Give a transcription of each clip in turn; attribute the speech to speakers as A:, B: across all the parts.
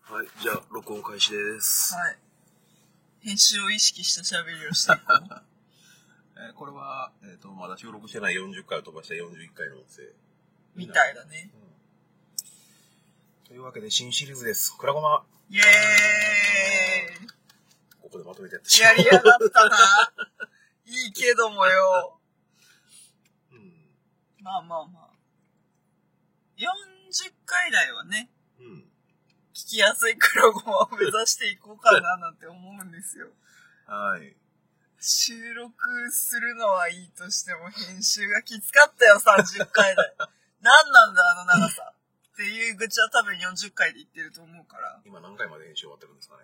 A: はい、じゃあ、録音開始です。
B: はい。編集を意識した喋りをしていこう。
A: えーこれは、えっ、と、まだ収録してない40回を飛ばした41回の音声。
B: みたいだね。
A: というわけで、新シリーズです。クラゴマ。
B: イエー
A: ここでまとめてやって
B: イやりやがったな。いいけどもよ。
A: う。う
B: まあまあまあ。40回台はね、
A: ん。うん。
B: 聞きやすい黒ごまを目指していこうかななんて思うんですよ。
A: はい。
B: 収録するのはいいとしても編集がきつかったよ、30回台。何なんだ、あの長さ。っていう愚痴は多分40回で言ってると思うから。
A: 今何回まで編集終わってるんですかね。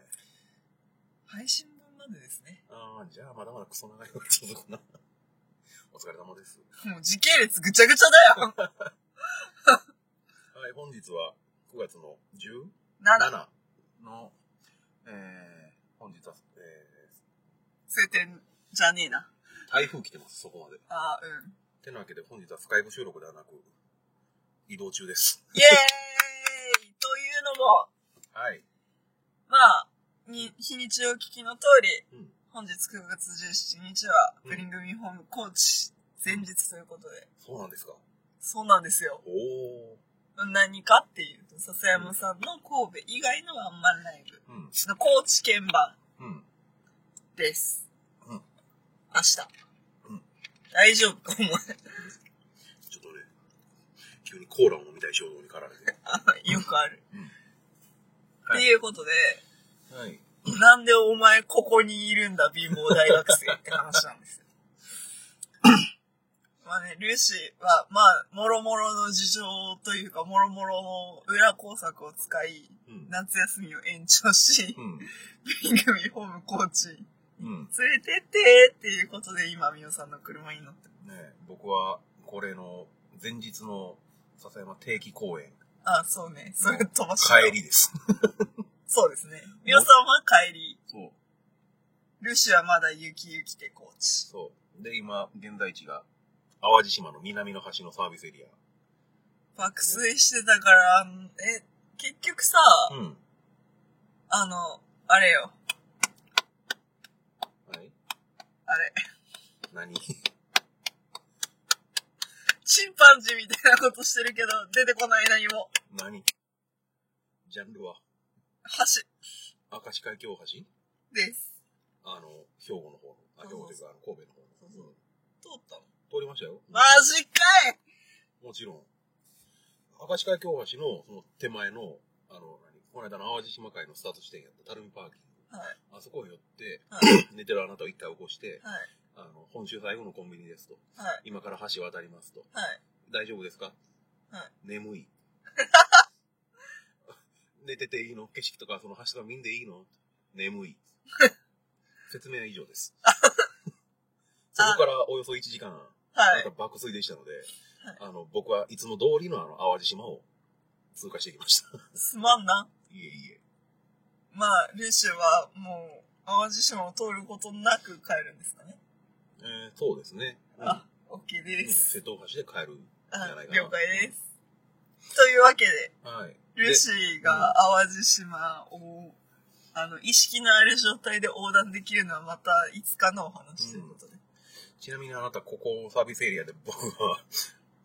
B: 配信分までですね。
A: ああ、じゃあ、まだまだクソ長いのが続くな。 お疲れ様です。
B: もう時系列ぐちゃぐちゃだよ。
A: はい、本日は9月の 10?
B: 7、
A: 7の、えー、本日は、え
B: 晴天じゃねえな。
A: ー、台風来てます、そこまで。
B: あーうん。
A: てなわけで本日はスカイブ収録ではなく、移動中です。
B: イエーイというのも、
A: はい。
B: まあ、に日にちを聞きの通り、
A: うん。
B: 本日9月17日は、ブリングミーホームコーチ前日ということで、
A: そうなんですか。
B: そうなんですよ。
A: おお。
B: 何かっていうと、笹山さんの神戸以外のワンマンライブ
A: うん。
B: の高知県版
A: うん。
B: です。
A: うん
B: 明日。
A: うん
B: 大丈夫か、お
A: ち
B: 前。
A: ょっとね、急にコーラを飲みたい衝動に駆られて。
B: あよくある。
A: うんはい
B: っていうことで、
A: はい。
B: なんでお前ここにいるんだ、貧乏大学生って話なんですよ。まあね、ルーシーは、まあ、もろもろの事情というか、もろもろの裏工作を使い、
A: うん。
B: 夏休みを延長し、
A: うん。
B: ピングミホームコーチに
A: うん。
B: 連れてってっていうことで、今、ミオさんの車に乗って。
A: ねえ僕は、これの、前日の笹山定期公演、
B: ああ、そうね。それ飛ばしてた
A: 帰。りです。
B: そうですね。ミオさんは帰り、
A: そう。
B: ルーシーはまだ雪雪でコーチ。
A: そう。で、今、現在地が、淡路島の南の端のサービスエリ
B: 爆睡してたから、あんえ、結局さ、
A: ア。うん。
B: あの、あれよ、
A: はい。
B: あれ、
A: 何
B: チンパンジーみたいなことしてるけど、出てこない何も。
A: 何ジャンルは、
B: 橋
A: 明石海峡大橋
B: です。
A: あの、兵庫の方の、あ、兵庫というか、あの、神戸の方の。
B: そうそう
A: うん
B: 通ったの
A: 通りましたよ。
B: マジかい
A: もちろん。明石海峡大橋の、その手前の、あの、何この間の淡路島会のスタート地点やった、垂水パーキン
B: はい、
A: グ。あそこに寄って、
B: はい、
A: 寝てるあなたを一回起こして、
B: はい、
A: あの、本州最後のコンビニですと。
B: はい、
A: 今から橋渡りますと。
B: はい。
A: 大丈夫ですか
B: はい
A: 眠い。 寝てていいの景色とかその橋とか見んでいいの眠い。説明は以上 です。そこからおよそ1時間、
B: は
A: ま
B: い
A: た。爆睡でしたので、あの、僕はいつも通りのあの、淡路島を通過してきました。
B: すまんな。
A: いえいえ。
B: まあ、ルーシーはもう、淡路島を通ることなく帰るんですかね。
A: えーそうですね。うん
B: あ、OK
A: うん
B: で
A: 瀬
B: す。
A: 戸大橋で帰る。
B: あ
A: じゃないかな
B: 了解です。というわけで、
A: はい。
B: ルシーが淡路島を、あの、意識のある状態で横断できるのはまたいつかのお話ということで。
A: ちなみにあなた、ここサービスエリアで僕は、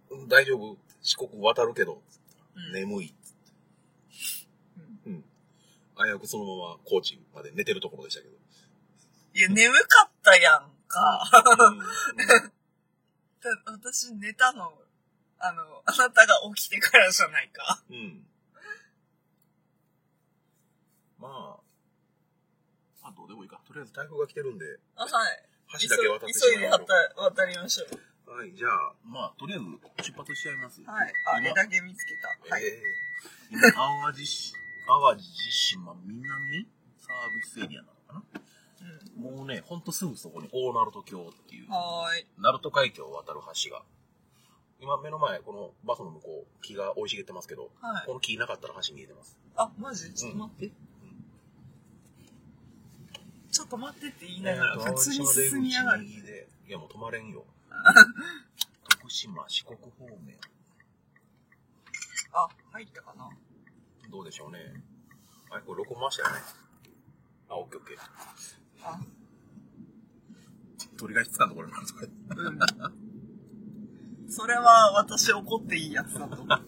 A: うん大丈夫四国渡るけど、
B: うん
A: 眠い。
B: うん
A: うん。危うくそのまま高知まで寝てるところでしたけど。
B: いや、眠かったやんか。
A: うん
B: だ私寝たの、あの、あなたが起きてからじゃないか。
A: うん。うんまあ、まあどうでもいいか。とりあえず台風が来てるんで、
B: あはい。
A: 橋だけ渡ってし
B: 急
A: まい
B: いで
A: ましょう
B: 渡渡りましょう。
A: はい、じゃあ、まあ、とりあえず出発しちゃいます。
B: はい。あ、れだけ見つけた。はい。
A: えー今、淡路市、淡路島南サービスエリアなのかな
B: うん
A: もうね、ほんとすぐそこに大鳴門橋っていう、
B: はーい。
A: 鳴門海峡を渡る橋が。今、目の前、このバスの向こう、木が生い茂ってますけど、
B: はい
A: こ。の木なかったら橋見えてます。
B: あ、マジちょっと待って。ちょっと待ってって言いながら、普通に進みやがる。
A: 淡路島出口右でいや、もう止まれん よ。徳島、四国方面。
B: あ、入ったかな
A: どうでしょうね。あれこれ録音回したよね。あ、オッケーオッケー。
B: あ、
A: 取り返しつかんところなんとか。
B: うん。それは私怒っていいやつだと思う。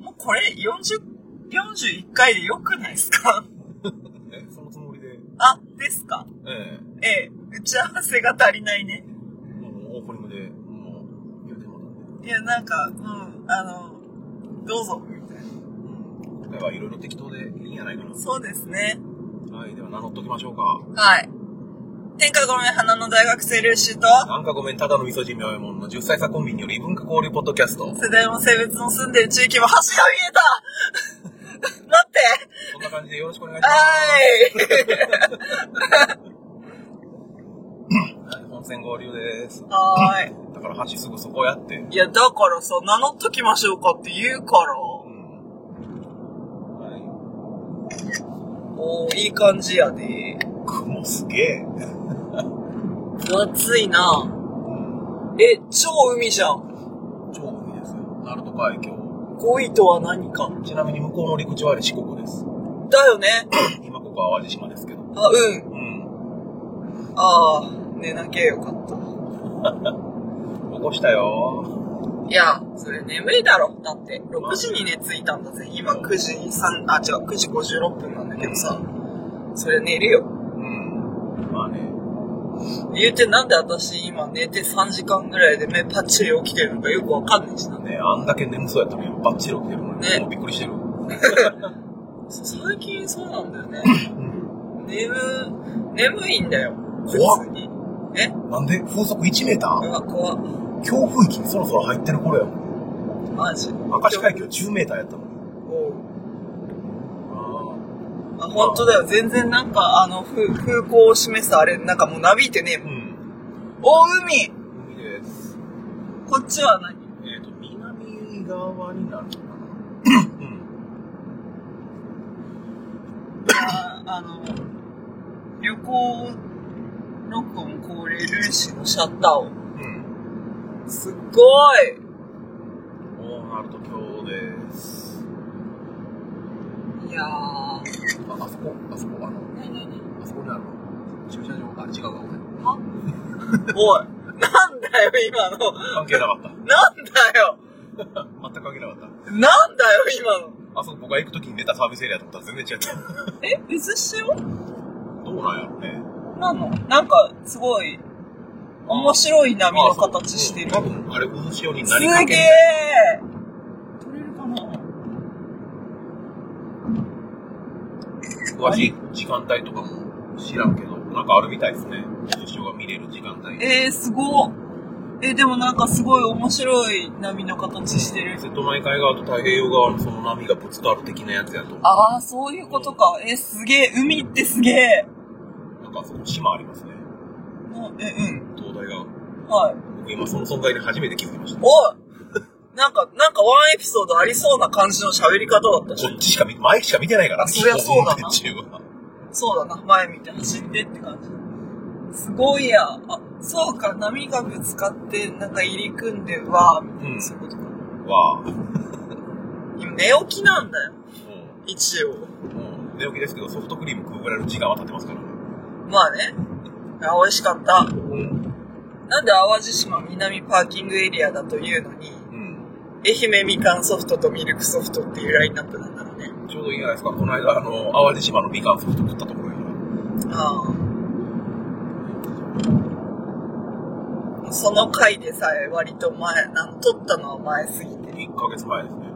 B: もうこれ40、41回でよくないですか
A: え、そのつもりで。
B: あ、ですか
A: え
B: ええ、打ち合わせが足りないね。
A: え。もうオープニングで、もう、言うてもらったんで。
B: いや、なんか、うん、あの、どうぞ、みたいな。
A: うん。今回はいろいろ適当でいいんやないかな。
B: そうですね。
A: はい、では名乗っときましょうか。
B: はい。天下ごめん花の大学生ルーシーと、
A: なんかごめん、ただの味噌汁妙えもんの10歳差コンビによる異文化交流ポッドキャスト。
B: 世代も性別も住んでる地域も橋が見えた 待って
A: そんな感じでよろしくお願いします。
B: はーい
A: はい本線合流です。
B: は
A: だから橋すぐそこやって。
B: ーい。いや、だからさ、名乗っときましょうかって言うから。
A: うん。はい。
B: おー、いい感じやで。
A: 雲すげえ。
B: 分厚いなえ、超海じゃん。
A: 超海ですよ。鳴門海峡。
B: 5位とは何か。
A: ちなみに向こうの陸地はあれ四国です。
B: だよね。
A: 今ここは淡路島ですけど。
B: あ、うん。
A: うん。
B: ああ、寝なきゃよかった。
A: 起こしたよ。
B: いや、それ眠いだろ。だって、6時に寝ついたんだぜ。今9時3、あ、違う、9時56分なんだけどさ。それ寝るよ。
A: うん。まあね。
B: 言うてなんで私今寝て3時間ぐらいで目パッチリ起きてるのかよくわかんないしな。
A: ねあんだけ眠そうやったのにバッチリ起きてるのに、
B: ね
A: もうびっくりしてる。
B: 最近そうなんだよ ね。
A: うん。
B: 眠、眠いんだよ。
A: 怖っ
B: 普通に。え
A: なんで風速1メーター
B: あ、怖っ。
A: 強風域にそろそろ入ってる頃やもん。
B: マジ。
A: 明石海峡10メーターやったのに。
B: おう
A: あ
B: あ、本当だよ。全然なんか、あの、風、風光を示すあれ、なんかもうなびいてねえ
A: あ。
B: も。
A: うんん。
B: お、海
A: 海です。
B: こっちは何
A: えっ、と、南側になるのかな。うん。
B: ああの、旅行録音恒例ルーシーのシャッターを。
A: うん。
B: すっごい
A: こうなると今日です。
B: いやー。な
A: あ、あそこ、あそこ、あの、
B: になに
A: あそこにある駐車場、あ、違うわ、ごめん
B: はおい、なんだよ今の。
A: 関係なかった。
B: なんだよ
A: 全く関係なかっ
B: なんだよ今の。
A: た。あそこ僕が行くときに出たサービスエリアと思ったら全然違った。
B: え、別塩
A: どうなんやろね。
B: なのなんか、すごい、面白い波の形してる
A: あ。そううん多分、あれ、渦潮に
B: す
A: なり
B: げ
A: か
B: え
A: け
B: 取れるかな
A: 詳しい時間帯とかも知らんけど、なんかあるみたいですね。渦潮が見れる時間帯。
B: えー、すごっえ、でもなんかすごい面白い波の形してる。
A: 瀬戸内海側と太平洋側のその波がぶつかる的なやつやと思う。
B: ああ、そういうことか。え、すげえ、海ってすげえ。
A: なんかその島ありますね。
B: うん、え、うん。
A: 東大が。
B: はい。
A: 僕今その存在で初めて気づきました。こ
B: おいなんか、なんかワンエピソードありそうな感じの喋り方だったし。
A: っちしか見、前しか見てないから。
B: あそりゃそうだな
A: 中は。
B: そうだな、前見て走ってって感じ。すごいや。あ、そうか、波がぶつかって、なんか入り組んで、わー、みたいな、
A: うん
B: そういうことか。
A: わあ。
B: 今、寝起きなんだよ。一応。
A: うん。うん。寝起きですけど、ソフトクリーム食うぐらいの時間は経ってますから。
B: まあね。あ、美味しかった。
A: うん。
B: なんで淡路島南パーキングエリアだというのに、
A: うん。
B: 愛媛みかんソフトとミルクソフトっていうラインナップなんだろうね。
A: ちょうどいいんじゃないですか。この間、あの、淡路島のみかんソフト食ったところに。
B: ああ。その回でさえ割と前、なん撮ったのは前すぎて。
A: 1ヶ月前ですね。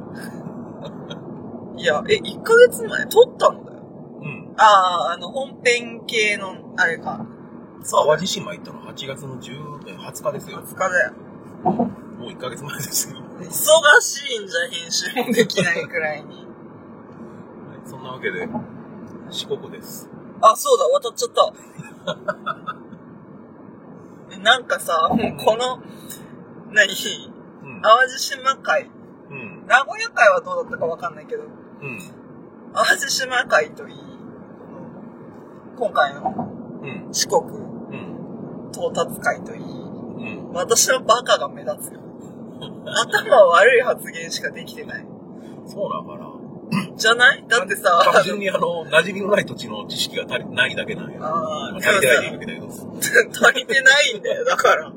B: いや、え、1ヶ月前撮ったのだよ。
A: うん。
B: ああ、あの、本編系の、あれか。そう
A: 淡路島行ったの8月の10え20日ですよ。
B: 20日だよ。
A: もう1ヶ月前ですよ。
B: 忙しいんじゃ編集もできないくらいに。
A: はいそんなわけで、四国です。
B: あ、そうだ、渡っちゃった。 なんかさ、もうこの、
A: う
B: 何
A: ん。
B: 淡路島会、
A: うん。
B: 名古屋会はどうだったかわかんないけど、
A: うん。
B: 淡路島会といい、今回の
A: うん。
B: 四国
A: うん。
B: 到達会といい、
A: うん。
B: 私のバカが目立つよ。頭悪い発言しかできてない。
A: そうだから、
B: じゃないだってさ、
A: 単純にあの、馴染みのない土地の知識が足りないだけなんや。
B: ああ、
A: 足りてない
B: で
A: わけだけど。そ
B: もさ足りてないんだよ、だから。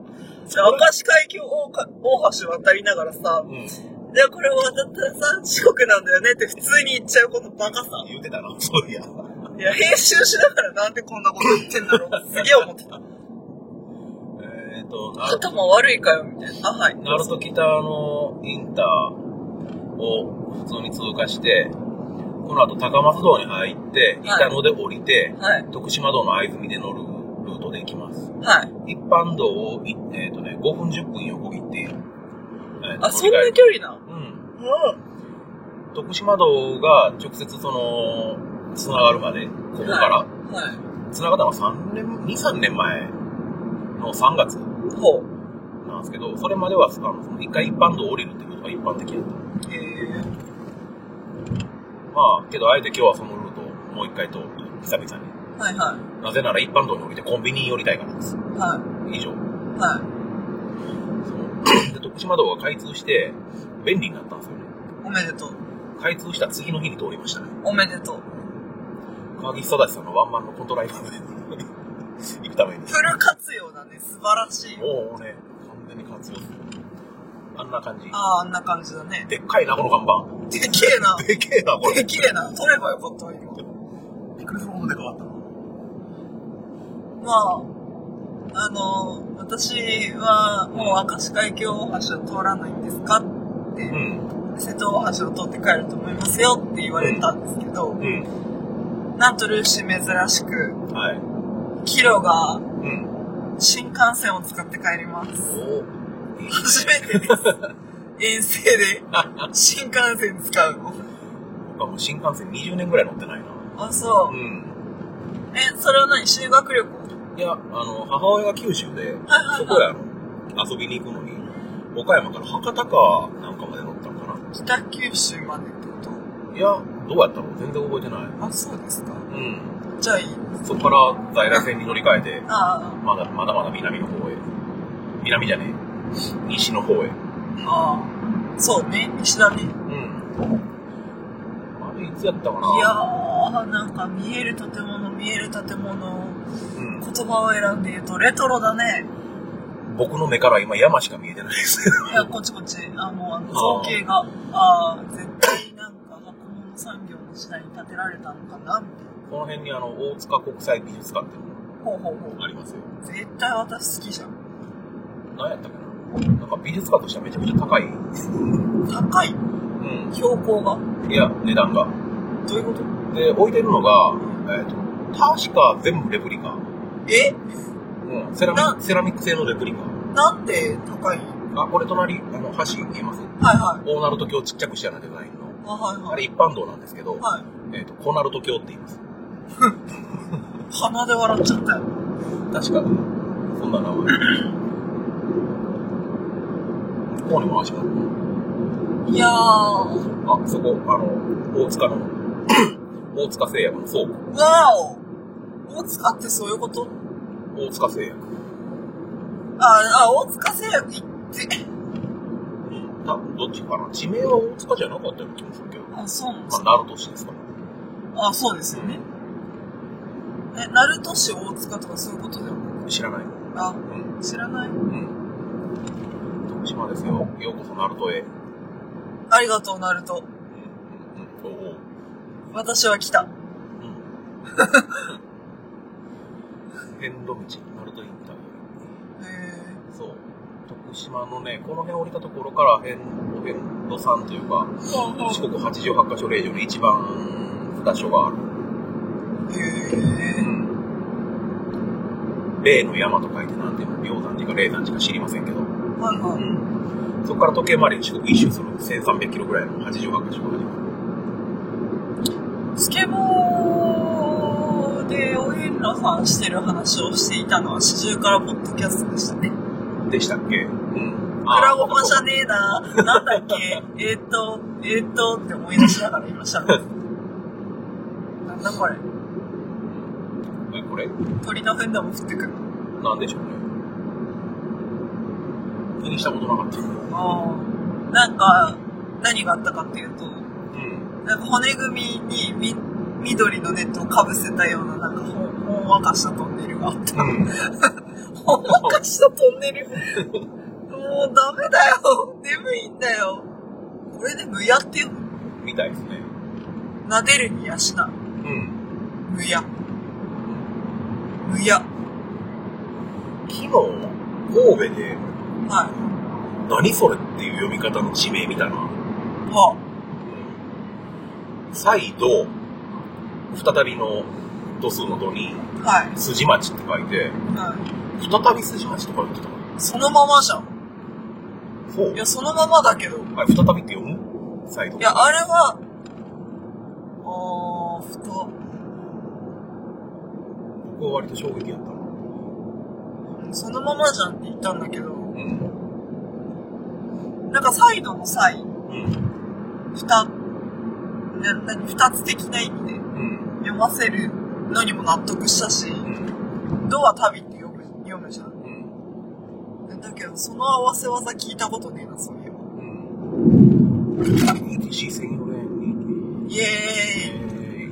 B: じゃあ、明石海峡大か大橋渡りながらさ
A: う、ん。
B: いや、これは渡ったらさ、四国なんだよねって普通に言っちゃうことバカさ。
A: 言うてたな、そういや。
B: いや、編集しながらなんでこんなこと言ってんだろう。すげえ思ってた。
A: えっ、と、な
B: 頭悪いかよ、みたいな。あ、はい。
A: 鳴門北のインターを普通に通過して、この後高松道に入って、
B: はい
A: 板野で降りて、
B: はい。
A: 徳島道の藍住で乗るルートで行きます。
B: はい。
A: 一般道をい、えっ、とね、5分10分横切っている。えーと
B: あ、そんな距離なの
A: うん。
B: うん。
A: 徳島道が直接その、繋がるまで、ここから。
B: はい。
A: 繋がったのは3年、2、3年前の3月
B: ほう。
A: なんですけど、それまでは、あの、その一回一般道降りるってことが一般的だった。
B: へえ。
A: まあ、けどあえて今日はそのルートをもう一回通る、久々に。
B: はいはい。
A: なぜなら一般道に降りてコンビニに寄りたいからです。
B: は
A: 以上。
B: い。は
A: その で徳島道が開通して、便利になったんですよね。
B: い。おめでとう。
A: 開通した次の日に通りましたね。
B: おめでとう。
A: 川岸正さんのワンマンのコントライブで行くために。
B: フル活用だね。素晴らしい。
A: もうね、完全に活用する。あんな感じ。
B: ああ、あんな感じだね。
A: でっかいな、この看板。
B: でけえな。
A: でけえな、これ。
B: でけえな。取ればよかったわ、今。
A: びっくりするほどでかかったな。
B: まあ、あの、私はもう明石海峡大橋を通らないんですか
A: うん。
B: 瀬戸大橋を通って帰ると思いますよって言われたんですけど、
A: う
B: なんとルーシー珍しく、
A: ん。はい。
B: キロが
A: うん。
B: 新幹線を使って帰ります。
A: おいいね
B: 初めてです。遠征で新幹線使うの。
A: 僕はもう新幹線20年ぐらい乗ってないな。
B: あ、そうう。
A: ん。
B: え、それは何修学旅行
A: いや、あの、母親が九州で、
B: はいはい
A: そこへあの、遊びに行くのに、岡山から博多かなんかまで乗ったのかな
B: 北九州までってこと
A: いや、どうやったの全然覚えてない。
B: あ、そうですか。
A: うん。
B: じゃあいい。
A: そこから在来線に乗り換えて、
B: あ
A: まだ、まだまだ南の方へ。南じゃねえ。西の方へ。
B: あ、ああ。そうね、西だね。
A: うん。あれ、いつやったかない
B: やー、なんか見える建物、見える建物、
A: う
B: 言葉を選んで言うとレトロだね。
A: ん。僕の目から今山しか見えてないです。
B: いや、こっちこっち。あ、もうあの造形が、ああー、絶対なんか箱物産業の時代に建てられたのかな、みたい
A: この辺にあの、大塚国際美術館っていうの
B: な。ほうほうほう。
A: がありますよ。
B: 絶対私好きじゃん。
A: 何やったかななんか美術館としてはめちゃくちゃ高い。う
B: 高い
A: ん。
B: 標高が。
A: いや、値段が。
B: どういうこと
A: で、置いてるのが、えっ、と、確か全部レプリカ。
B: え
A: うん、セラミ
B: な
A: セラミック製のレプリカ。
B: なんで高い
A: あ、これ隣、あの、橋見えます
B: はいはい。
A: 大鳴門橋ちっちゃくしたようなデザインの。
B: あ、はい
A: あ
B: は
A: れ
B: い。
A: 一般道なんですけど、
B: はい。
A: えっ、と、小鳴門橋って言います。
B: 鼻で笑っちゃったよ。
A: 確か、そんな名 前。ここにも橋が
B: いやー、わ
A: ある。あ、そこ、あの、大塚の、 大塚製薬の倉庫。
B: お大塚ってそういうこと
A: 大塚製薬。
B: あ、あ、大塚製薬行って。
A: うん。たどっちかな地名は大塚じゃなかったような気もするけど。ま
B: あ、そうなんです
A: あ、
B: か。
A: 鳴門市ですから。
B: あ、そうですよね。え、鳴門市大塚とかそういうことだよね。
A: 知らない。
B: あ、
A: うん。
B: 知らない。
A: うん。徳島ですよ。ようこそ鳴門へ。
B: ありがとう、鳴門。
A: うん。うん。うん。おう
B: 私は来た。
A: う ん。遍路道、鳴門インター
B: へえ。
A: そう。徳島のね、この辺降りたところから遍路、遍路さんというか、四国88カ所令場の一番2所がある。
B: へえ。
A: 例の山と書いてなんていうの、霊山寺か霊山寺か知りませんけど、
B: はいはい。
A: そこから時計回りに四国一周する1300キロぐらいの88箇所が始まる。
B: スケボーでお遍路さんしてる話をしていたのは始終からポッドキャストでしたね。
A: でしたっけうん。
B: クラゴマじゃ
A: ン。
B: ねえな。なんだっけえーっと、えーっとって思い出しながら今しゃべってた。なんだこれ。
A: えこれ
B: 鳥の糞でも降ってくる。
A: なんでしょうね。気にしたことなかった。
B: ああ。なんか、何があったかっていうと、
A: うん。
B: なんか骨組みにみ緑のネットをかぶせたような、なんかほんほんわかしたトンネルがあっ た。
A: うん。
B: ほんわかしたトンネル。もうダメだよ。眠いんだよ。これで無やって言うの
A: みたいですね。
B: 撫でるに
A: う
B: 養う。
A: ん。
B: 無や。無や。
A: 昨日、神戸で、
B: はい。
A: 何それっていう読み方の地名見たな。
B: は
A: 再度、再びの度数の度に、
B: あ、はい。
A: 筋町って書いて、
B: は。
A: 再び筋町とか言ってたかない
B: そのままじゃん。
A: そう
B: い。や、そのままだけど。い
A: あれ、再びって読む再度。
B: や、あれは、あー、ふと、
A: 僕は割と衝撃やったな。
B: そのままじゃんって言ったんだけど、
A: うん。
B: なんかサイドの際、
A: うん。
B: ふた、な、なに、二つ的な意味
A: う
B: で
A: ん。
B: 読ませるのにも納得したし、
A: うん。
B: ドは旅って読む、読むじゃん。
A: うん。
B: だけど、その合わせ技聞いたことねえな、そういえば。
A: うん。ETC 専用レーンに。
B: イ
A: え
B: エーイ
A: ー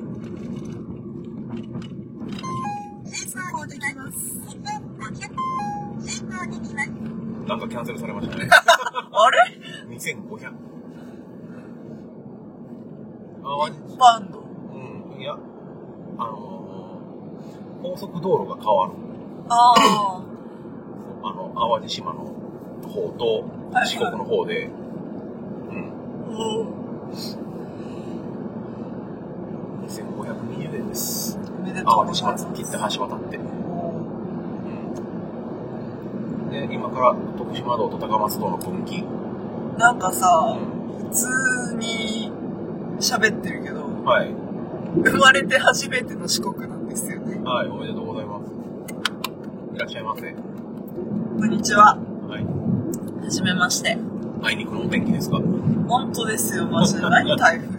A: なんかキャンセルされましたね。
B: あれ
A: 2500。あ、わ
B: バンド。
A: うん、いや、あのー高速道路が変わる。
B: あー。
A: あの、淡路島の方と
B: はい
A: 四国の方で、
B: お
A: うん、2520円です。
B: ーおめでとう
A: 淡
B: ご
A: 路
B: ざ
A: 島
B: いま
A: 突っ切って
B: す。
A: 橋渡って。
B: おー
A: うんで、今から徳島道と高松道の分岐。
B: なんかさ、
A: う
B: 普通に喋ってるけど、
A: んはい。
B: 生まれて初めての四国なんですよね。
A: はい、おめでとうございます。いらっしゃいませ。
B: こんにちは。
A: はい。
B: はじめまして。
A: あいにくのお天気ですが、
B: 本当ですよ、マジで。何台風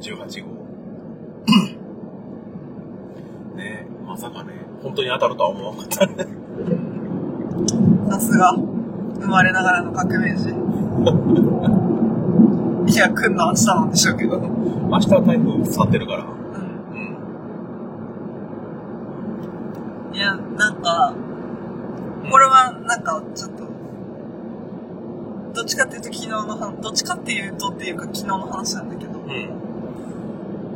A: 18号。 ねまさかね、本当に当たるとは思わなかったね。
B: さすが。生まれながらの革命児。いや、来んの明日なんでしょうけど。うん。
A: 明日は台風去ってるから。うん。
B: いや、なんか、これはなんかちょっと、どっちかっていうと昨日の話、どっちかっていうとっていうか昨日の話なんだけど、
A: うん。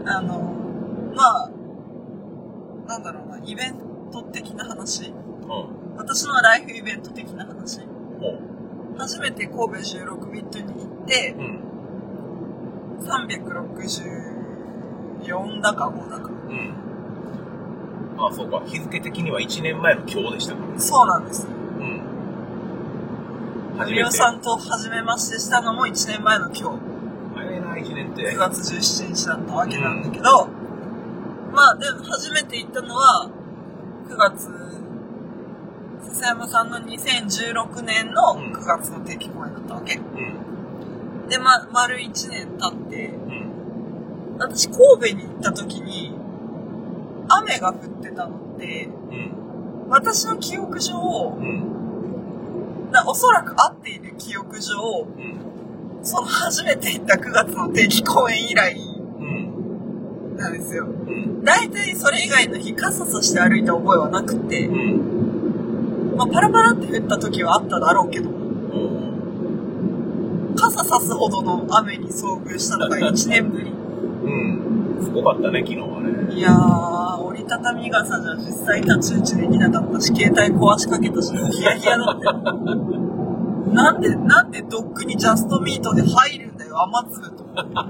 B: あの、まあ、なんだろうな、イベント的な話。
A: うん。
B: 私のライフイベント的な話。
A: おう。
B: 初めて神戸16ビットに行って、
A: うん。
B: 364だか5だか。
A: うん。あ、そうか。日付的には1年前の今日でしたからね。
B: そうなんですよ。
A: うん。初
B: み
A: め
B: お
A: て。
B: さんと初めましてしたのも1年前の今日、
A: 早いな、1年って
B: 9。月17日だったわけなんだけど、まあでも初めて行ったのは、9月、笹山さんの2016年の
A: うん
B: 9月の定期公演だったわけ。
A: うん。
B: で、ま、丸1年経って、
A: うん。
B: 私神戸に行った時に、雨が降ってたのって、
A: うん。
B: 私の記憶上、
A: うん。
B: なおそらく合っている記憶上、
A: うん。
B: その初めて行った9月の定期公演以来
A: うん。
B: なんですよ。
A: うん。
B: 大体それ以外の日傘さして歩いた覚えはなくて
A: う、ん。
B: まあ、パラパラって降った時はあっただろうけど、
A: うん。
B: 傘さすほどの雨に遭遇したのが1年ぶり。
A: うん。すごかったね、昨日はね。
B: いやー、折りたたみ傘じゃ実際太刀打ちできなかったし、携帯壊しかけたし、ヒヤヒヤだったよ。なんで、なんでドックにジャストミートで入るんだよ、雨粒と。
A: ま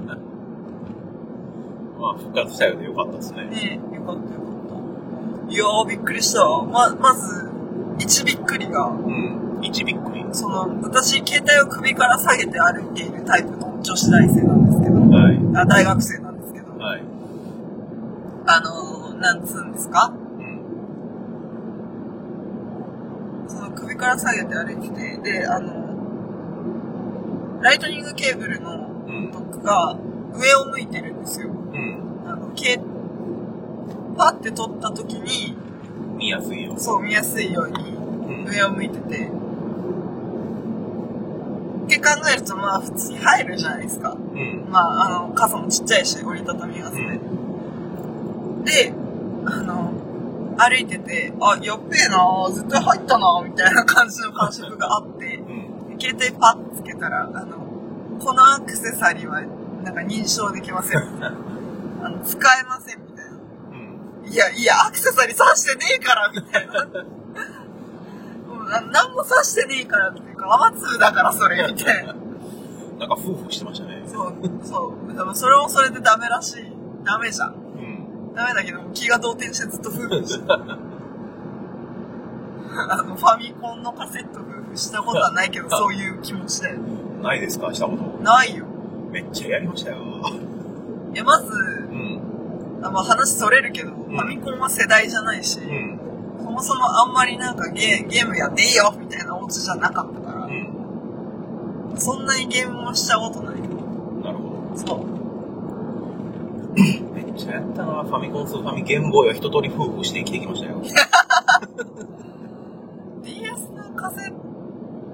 A: あ、復活したようでよかったですね。
B: ねえ、よかったよかった。いやー、びっくりした。ま、まず、一びっくりが、
A: うん。1びっくり。は
B: その、私、携帯を首から下げて歩いているタイプの女子大生なんですけ
A: い。
B: ど、あ大学生なんですけど、
A: はい。
B: あのー、なんつうんですか
A: うん。
B: その首から下げて歩いてて、で、あの、ライトニングケーブルの
A: うん。
B: ドックが上を向いてるんですよ。
A: うん。
B: あの、けパって取った時に、
A: 見やすいよ。
B: そう見やすいように
A: うん。
B: 上を向いてて。け考えると、まあ、普通に入るじゃないですか。
A: うん。
B: まあ、あの、傘もちっちゃいし、折りたたみ傘
A: う
B: で。
A: ん。
B: で、あの、歩いてて、あ、やっべえな絶対入ったなみたいな感じの感触があって、
A: うん。
B: 携帯パッつけたら、あの、このアクセサリーは、なんか認証できません。あの、使えません、みたいな。
A: うん。
B: いや、いや、アクセサリー刺してねえから、みたいな。 もうな何も刺してねえからっていうか、雨粒だから、それ、みたいな。
A: なんか、夫婦してましたね。
B: そう、そう。でもそれもそれでダメらしい。ダメじゃ
A: う
B: ん。
A: ん。
B: ダメだけど、気が動転してずっと夫婦してた。 あの、ファミコンのカセット夫婦したことはないけど、そういう気持ちだよ。
A: ないですかしたこと。
B: ないよ。
A: めっちゃやりましたよ。
B: え、まず、
A: うん。
B: あまあ、話それるけど、ファミコンは世代じゃないし、
A: うん。
B: そもそもあんまりなんかゲーゲームやっていいよみたいなお家じゃなかったか
A: うん。
B: ら、そんなにゲームもしたことない。
A: なるほ
B: そう。
A: ど。めっちゃやったな。ファミコン、スーファミ、ゲームボーイは一通り夫婦して生きてきましたよ。
B: DS のカセッ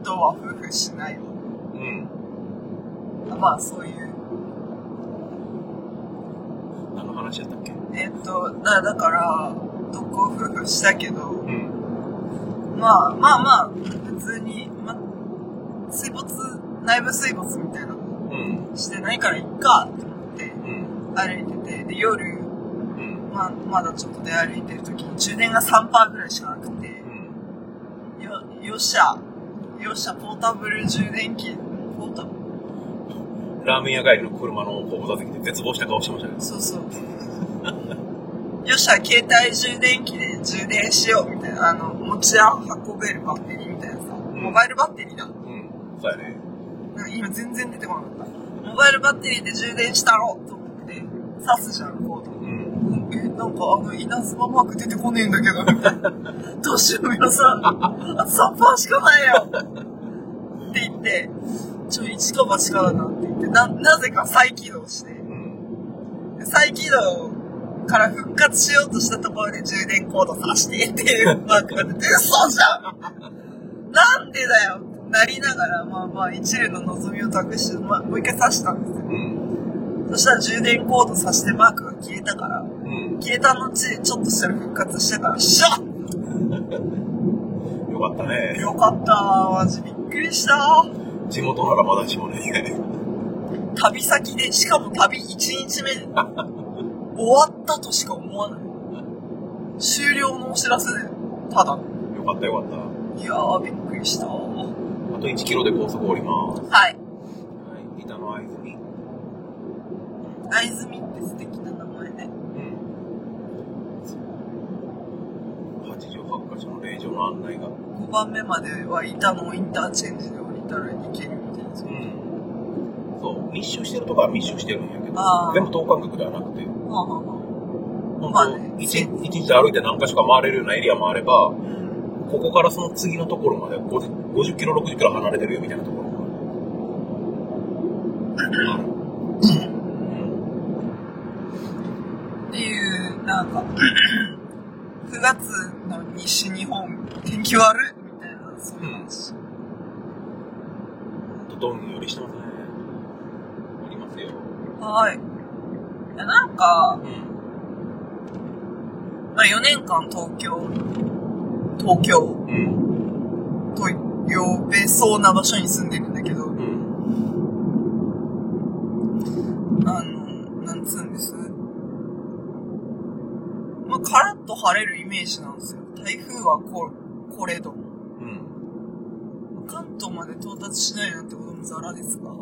B: トは夫婦しないよ。
A: うん。
B: まあ、そういう。
A: 何の話やったっけ
B: えっと、だだから、どこ夫婦したけど、
A: うん。
B: まあまあまあ、普通に、ま、水没、内部水没みたいなの
A: うん。
B: してないからいっかと思って
A: うん。
B: 歩いてて、で、夜、
A: うん。
B: まあ、まだちょっとで歩いてる時に充電が3%ぐらいしかなくて、
A: うん。
B: よ、よっしゃ、よっしゃ、ポータブル充電器、ポータブ
A: ラーメン屋帰りの車の後部座席で絶望した顔してましたね
B: ル、。そう そう。よっしゃ、携帯充電器で充電しようみたいな、あの、持ち運べるバッテリーみたいなさ、モバイルバッテリーだ。
A: うん。そうやね。
B: なんか今全然出てこなかった。モバイルバッテリーで充電したろと思って、刺すじゃん、コード。
A: うん。
B: え、なんかあの、稲妻マーク出てこねえんだけど、みたいな。どうしよう、皆さん。あと3パーしかないよって言って、ちょ、一か八かだなって言って、な、なぜか再起動して、
A: うん。
B: 再起動から復活しようとしたところで充電コード刺してっていうマークが出て、嘘じゃんなんでだよってなりながら、まあまあ一流の望みを託して、まあもう一回刺したんですよ。
A: うん。
B: そしたら充電コード刺してマークが消えたから、
A: うん。
B: 消えた後ちょっとしたら復活したから、シャッ
A: よかったね。
B: よかったマジびっくりした
A: 地元ならまだしも ね。
B: 旅先で、しかも旅1日目で、終わったとしか思わない。終了のお知らせで、ただ。
A: よかったよかった。
B: いやー、びっくりした。は
A: あと1キロで高速降ります。
B: い。
A: はい。板の合図に。
B: 藍住って素敵な名前ね。
A: うん。88箇所の霊場の案内が。
B: 5番目までは板野インターチェンジで降りたら行けるみたいな。
A: うん。そう。密集してるとこは密集してるんやけど
B: あー、
A: 全部等間隔ではなくて、
B: はあ、は
A: 本
B: まあ
A: 当
B: ね
A: 一1日で歩いて何箇所か回れるようなエリアもあれば、
B: あ、うん。
A: ここからその次のところまで50 50キロ、60キロ離れてるよみたいなところもある。うん
B: っていう、なんか、9月の西日本、天気悪いみたいな、そういう話。
A: ほんとどんよりしてますね。ありますよ。
B: はい。いや、なんか、
A: うん。
B: まあ、4年間東京、東京
A: うん。
B: と呼べそうな場所に住んでるんだけど、
A: うん。
B: あの、なんつうんです。まあ、カラッと晴れるイメージなんですよ。台風はこ、これど。
A: うん。
B: 関東まで到達しないなんてこともザラですが、
A: うん。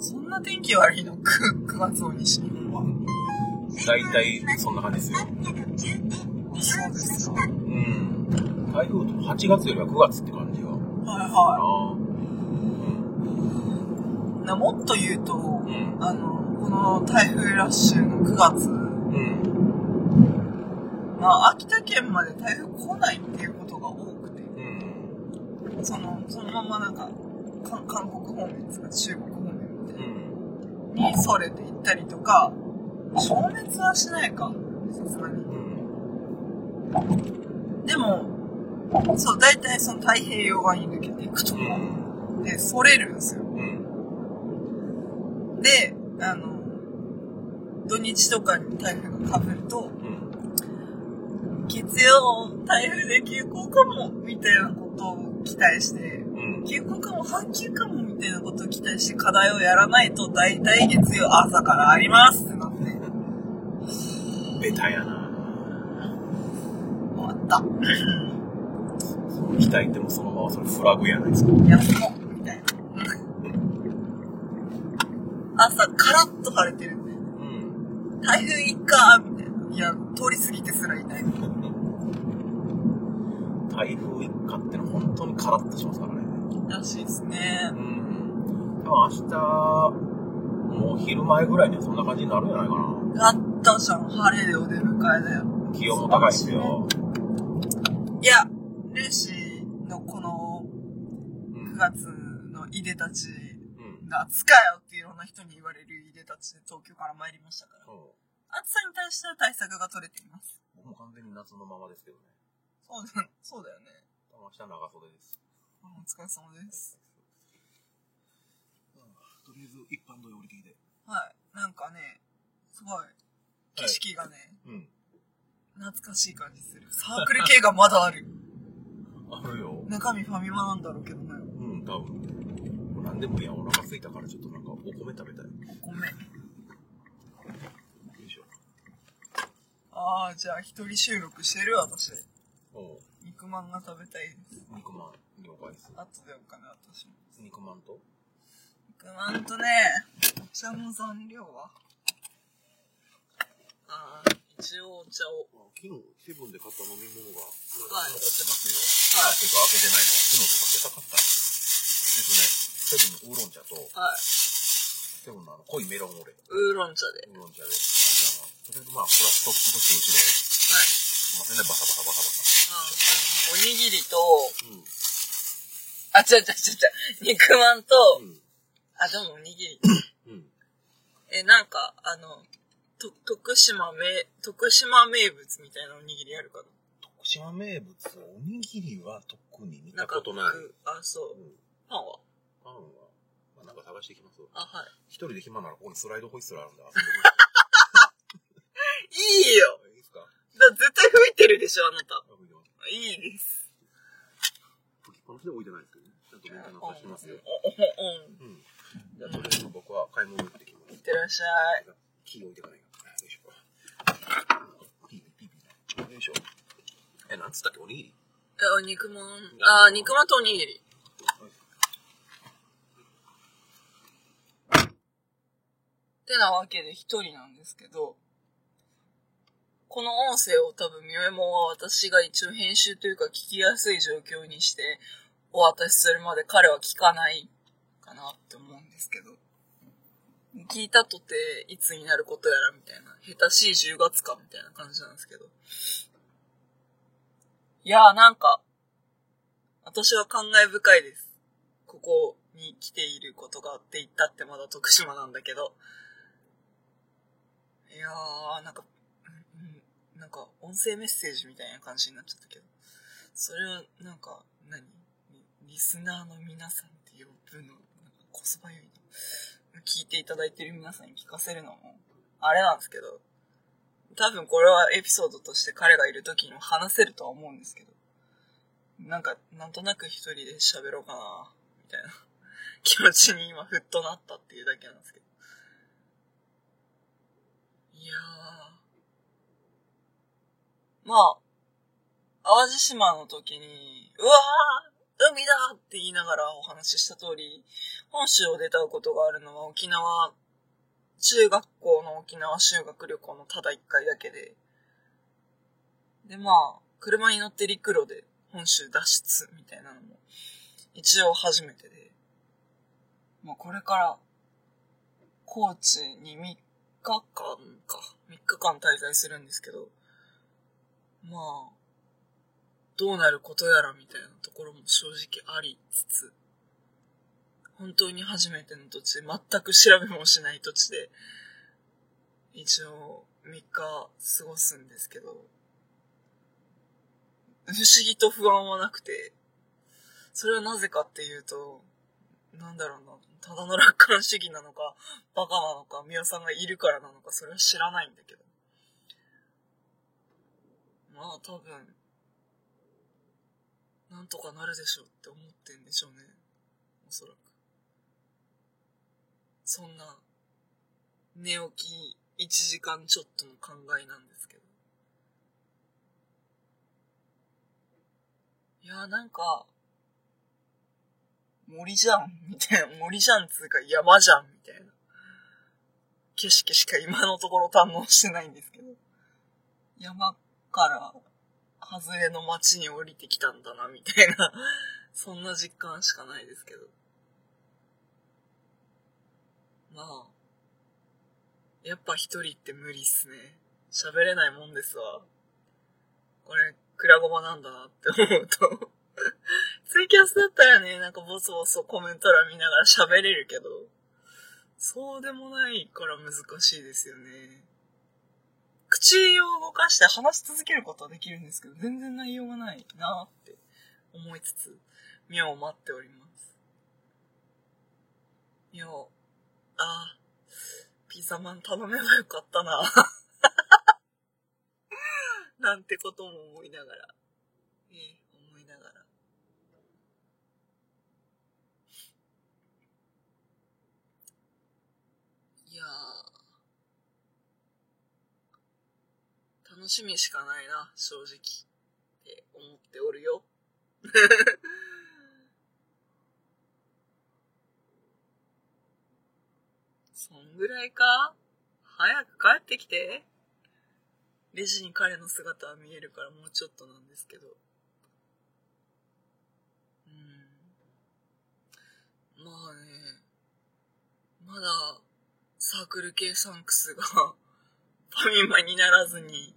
B: そんな天気悪いの 9, 9月の西日本は。
A: 大体そんな感じですよ。
B: そうですか。はい
A: うん。台風と8月よりは9月って感じが。あ
B: は
A: あ。うん。
B: い。なもっと言うと、
A: うん。
B: あの、この台風ラッシュの9月、
A: うん。
B: まあ、秋田県まで台風来ないっていうことが多くて、
A: うん。
B: その、そのままなんか、か韓国方面ですか、中国方面みたいな。
A: うん。
B: にそれていったりとか、消滅はしないか、さすがに。
A: うん。
B: でも、そう、大体その太平洋側に抜けていくと
A: う
B: か、
A: ん。
B: ね、反れるんですよ。
A: うん。
B: で、あの、土日とかに台風が被ると、
A: うん。
B: 月曜、台風で休校かも、みたいなことを期待して、
A: うん。
B: 休校かも、半休かも、みたいなことを期待して課題をやらないと、大体月曜朝からありますってなって、
A: ベタやな
B: 終わった。
A: その期待ってもうそのままそれフラグやないですか。
B: 休もう、みたいな。朝、カラッと晴れてる。
A: うん。
B: 台風一過みたいな。いや、通り過ぎてすら痛い。
A: 台風一過ってのは本当にカラッとしますからね。
B: らしいですね
A: う。ん。多分明日、もう昼前ぐらいにはそんな感じになるんじゃないかな。
B: あったじゃん、晴れでお出迎えだよ。
A: 気温も高いしよ。
B: いや、ルーシーのこの
A: うん
B: 9。月のいでたち、
A: うん。
B: 夏かよっていろんな人に言われるいでたちで東京から参りましたから。
A: そ
B: 暑さに対しては対策が取れています。
A: う。僕も完全に夏のままですけどね。
B: そうだ、そうだよね。
A: 多分明日長袖です。
B: お疲れ様です。
A: とりあえず一般道へ降りてきて。
B: はい。なんかね、すごい、景色がね、
A: うん。
B: 懐かしい感じする。サークル系がまだある。
A: あるよ。
B: 中身ファミマなんだろうけどね。
A: うん、多分。なんでもいいや、お腹空いたからちょっとなんかお米食べたい。よ
B: ごめん。
A: いしょ。
B: ああ、じゃあ一人収録してる私。
A: おう
B: 肉まんが食べたいです。
A: 肉まん、了解です。
B: あとでお金渡します。
A: 肉まんと
B: 肉まんとね、お茶の残量はああ、一応お茶を。
A: あ金、セブンで買った飲み物が、
B: はい
A: 残ってますよ。
B: は
A: はいい。てか開けてないの。昨日とかけたかった。えっとね、セブンのウーロン茶と、
B: はい。
A: セブンのあの濃いメロンオレ、ウ
B: ウーロン茶で。
A: ーロン茶で。あ、じゃあまあ、とりあえずまあ、プラストップとしてうちで、す
B: は
A: いません
B: い。
A: ね、バサバサバサバサ。
B: うん、おにぎりと、
A: うん。
B: あ、違う違う違う違う。肉まんと、
A: うん。
B: あ、でもおにぎり。
A: うん。
B: え、なんか、あの、と、徳島名、徳島名物みたいなおにぎりあるかな
A: 徳島名物、おにぎりは特に見 た
B: なんか
A: ことない。
B: くあ、そう
A: う。ん。
B: パンは
A: パンは、まあ、なんか探していきますわ
B: あ、はい。
A: 一人で暇ならここにスライドホイッスルあるんだ。
B: いいよ
A: いいですか
B: だ絶対吹いてるでしょ、あなた。
A: あ、見てます。
B: いいです。
A: 吹きっぱなしで置いてないですけどね。ちゃんとメンテナンスはしてますよ。
B: お、お、お、うん。
A: うん。じゃあ、とりあえず僕は買い物行ってきま
B: いってらっしゃい。
A: す。キー置いてかないから。よいしょ。ピーピーピーピー。よいしょ。え、なんつったっけおにぎり
B: あ、肉まん。あ、肉まんとおにぎり。ってなわけで一人なんですけど、この音声を多分、みよえもんは私が一応編集というか聞きやすい状況にして、お渡しするまで彼は聞かないかなって思うんですけど、聞いたとて、いつになることやらみたいな、下手しい10月かみたいな感じなんですけど。いやーなんか、私は感慨深いです。ここに来ていることがあって行ったってまだ徳島なんだけど。いやー、なんか、うんうんなんか音声メッセージみたいな感じになっちゃったけど。それを、なんか、何リリスナーの皆さんって呼ぶの、なんかこそばゆいな。聞いていただいてる皆さんに聞かせるのも、あれなんですけど。多分これはエピソードとして彼がいる時にも話せるとは思うんですけど。なんか、なんとなく一人で喋ろうかな、みたいな 気持ちに今ふっとなったっていうだけなんですけど。いやー。まあ、淡路島の時に、うわー海だって言いながらお話しした通り、本州を出たことがあるのは沖縄中学校の沖縄修学旅行のただ一回だけで。で、まあ、車に乗って陸路で本州脱出みたいなのも、一応初めてで。まあ、これから、高知に3日間か、3日間滞在するんですけど、まあ、どうなることやらみたいなところも正直ありつつ、本当に初めての土地、全く調べもしない土地で、一応3日過ごすんですけど、不思議と不安はなくて、それはなぜかっていうと、なんだろうな、ただの楽観主義なのか、バカなのか、宮さんがいるからなのか、それは知らないんだけど。まあ多分、なんとかなるでしょうって思ってんでしょうね。おそらく。そんな、寝起き1時間ちょっとの考えなんですけど。いやーなんか、森じゃんみたいな。森じゃんつうか山じゃんみたいな。景色しか今のところ堪能してないんですけど。山から外れの街に降りてきたんだなみたいな。そんな実感しかないですけど。まあ。やっぱ一人って無理っすね。喋れないもんですわ。これ、クラゴマなんだなって思うと。 ツイキャスだったらね、なんかボソボソコメント欄見ながら喋れるけど、そうでもないから難しいですよね。口を動かして話し続けることはできるんですけど、全然内容がないなーって思いつつ、妙を待っております。妙、あー、ピザマン頼めばよかったな。 なんてことも思いながら、ええ思いながら。いやー、楽しみしかないな、正直。って思っておるよ。 そんぐらいか早く帰ってきて。レジに彼の姿は見えるからもうちょっとなんですけど。うん。まあね、まだ、サークル系サンクスが ファミマにならずに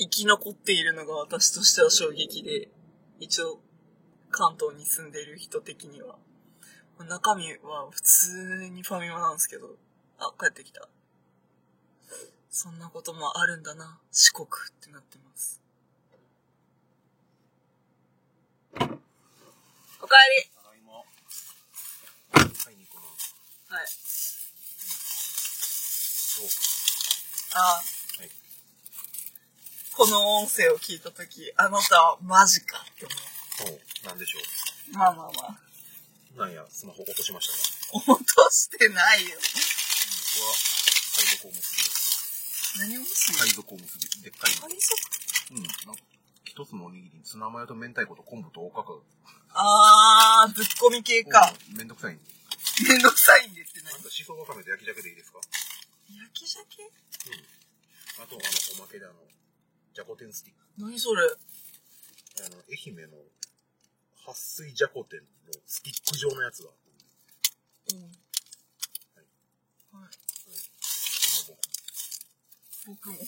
B: 生き残っているのが私としては衝撃で、一応関東に住んでいる人的には。中身は普通にファミマなんですけど、あ、帰ってきた。そんなこともあるんだな、四国ってなってます。おかえり
A: ただいま。買いに行くな。
B: はい。
A: そう。
B: あ
A: はい。
B: この音声を聞いたとき、あなたはマジかって思
A: そう。なんでしょ
B: う。まあまあまあ。
A: う。なんや、スマホ落としましたな。
B: 落としてないよ。
A: 僕は、海賊おむすびです。
B: 何を落とすの、
A: 海賊おむすび。でっかいの。
B: 何そ
A: うん。なんか一つのおにぎりにツナマヨと明太子と昆布とおかかが。
B: あー、ぶっこみ系か。
A: うん。めんどくさいんで。
B: めんどくさいんですね
A: あ。と、しそわかめと焼き鮭でいいですか
B: 焼き鮭
A: うん。あと、あの、おまけであの、じゃこ天スティック。
B: 何それ
A: あの、愛媛の、撥水じゃこ天のスティック状のやつが、
B: うん。はい。
A: まあもう
B: 僕も。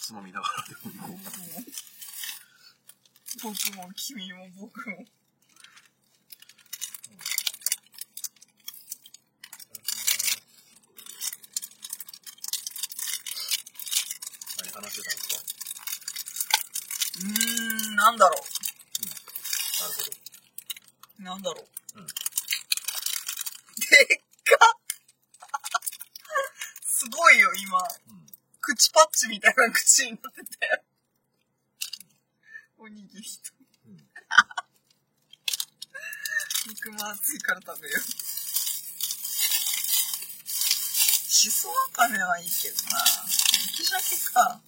A: つまみながらでも行こう
B: 僕も。僕も、君も、僕も。
A: 何話してたんですか
B: うーん、なんだろ
A: なるほど。
B: う。なんだろう。
A: うん
B: でっかすごいよ、今。
A: うん。
B: 口パッチみたいな口になってたよ。 おにぎりと。
A: うん。
B: 肉も熱いから食べよう。しそわかめはいいけどな。焼き鮭か。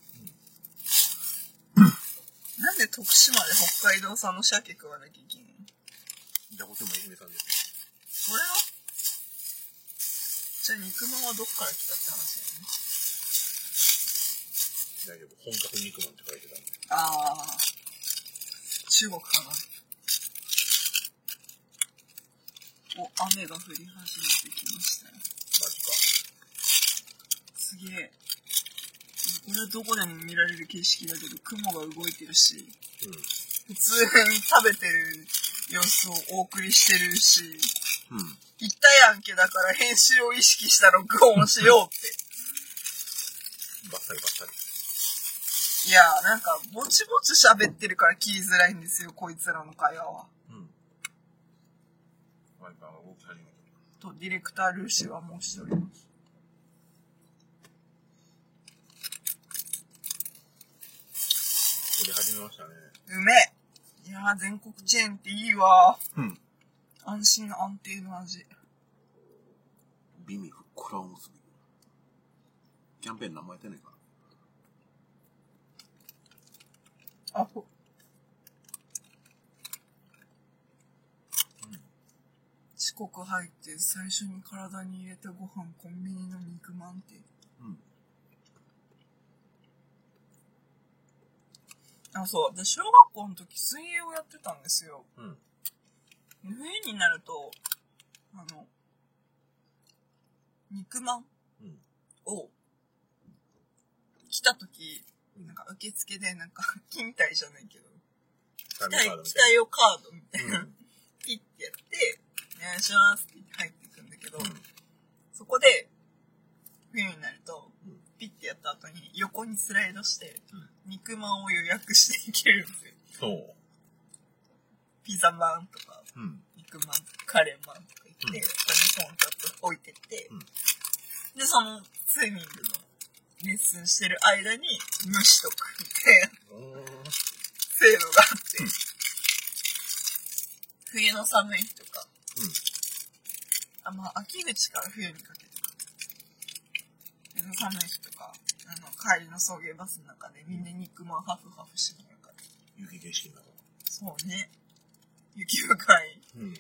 B: なんで徳島で北海道産の鮭食わなきゃいけんの
A: じゃこても愛媛さんです。
B: それはじゃあ肉まんはどっから来たって話だよ
A: 大
B: ね。
A: 丈夫。本格肉まんって書いてたんで。
B: ああ。中国かな。お、雨が降り始めてきましたよ。
A: マジか。
B: すげえ。これはどこでも見られる景色だけど、雲が動いてるし、
A: う
B: 普通に食べてる様子をお送りしてるし、
A: ん。うん。
B: 言ったやんけだから編集を意識した録音をしようっ
A: バッサリバッサリ。
B: て。いやー、なんか、ぼちぼち喋ってるから切りづらいんですよ、こいつらの会話は。
A: うん。バイパーが動き始めてる。
B: と、ディレクタールーシーはもう一人。
A: 作り始めましたね。
B: うめえいやー、全国チェーンっていいわ。
A: うん。
B: 安心安定の味。
A: 美味ふっこらおむすび。キャンペーン名前出ないか
B: あ、ほ四国入って最初に体に入れたご飯コンビニの肉まんって。
A: うん。
B: あ、そう。で、小学校の時水泳をやってたんですよ。
A: うん。
B: 冬になると、あの、肉まん
A: うん。
B: を来た時、なんか受付でなんか、 勤怠じゃないけど、
A: タイ
B: 期待
A: ムカードみ
B: 期
A: たい
B: 待をカードみたい
A: な。
B: な、ピッてやって、お願いしますって入っていくんだけど、そこで、冬になると
A: うん、
B: ピッてやった後に横にスライドして
A: うん、
B: 肉まんを予約していけるんですよ。
A: うん。そう。
B: ピザまんとか、
A: うん。
B: 肉まんとか、カレーまんとか言って、
A: うん
B: そこにコンタクト置いてって、
A: うん
B: で、そのスイミングのレッスンしてる間に蒸しとくみたいな。制度があって、
A: うん
B: 冬の寒い日とか、
A: うん
B: あまあ秋口から冬にかけてか冬の寒い日とかあの帰りの送迎バスの中でみんな肉まんハフハフしながら
A: 雪景色なの。
B: そうね雪深い
A: うん。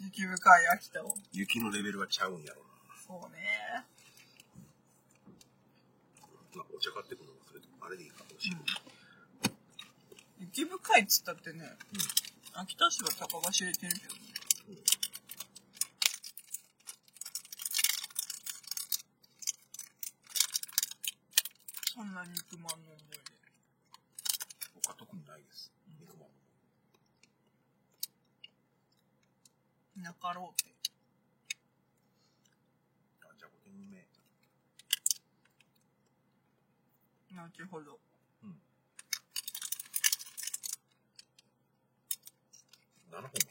B: 雪深い秋田を
A: 雪のレベルがちゃうんやろう
B: そうね
A: な。まあ、お茶買ってくるのそれとあれでいいかもしれない。
B: 雪深いっつったってね、
A: う
B: 秋田市は高が知れてるけどね
A: うん
B: そんな肉まんの思いで
A: 他特にないです。肉まん。
B: なかろうって。
A: あ、じゃこ天うめえ。
B: 後ほど。
A: うん。7本も入ってる。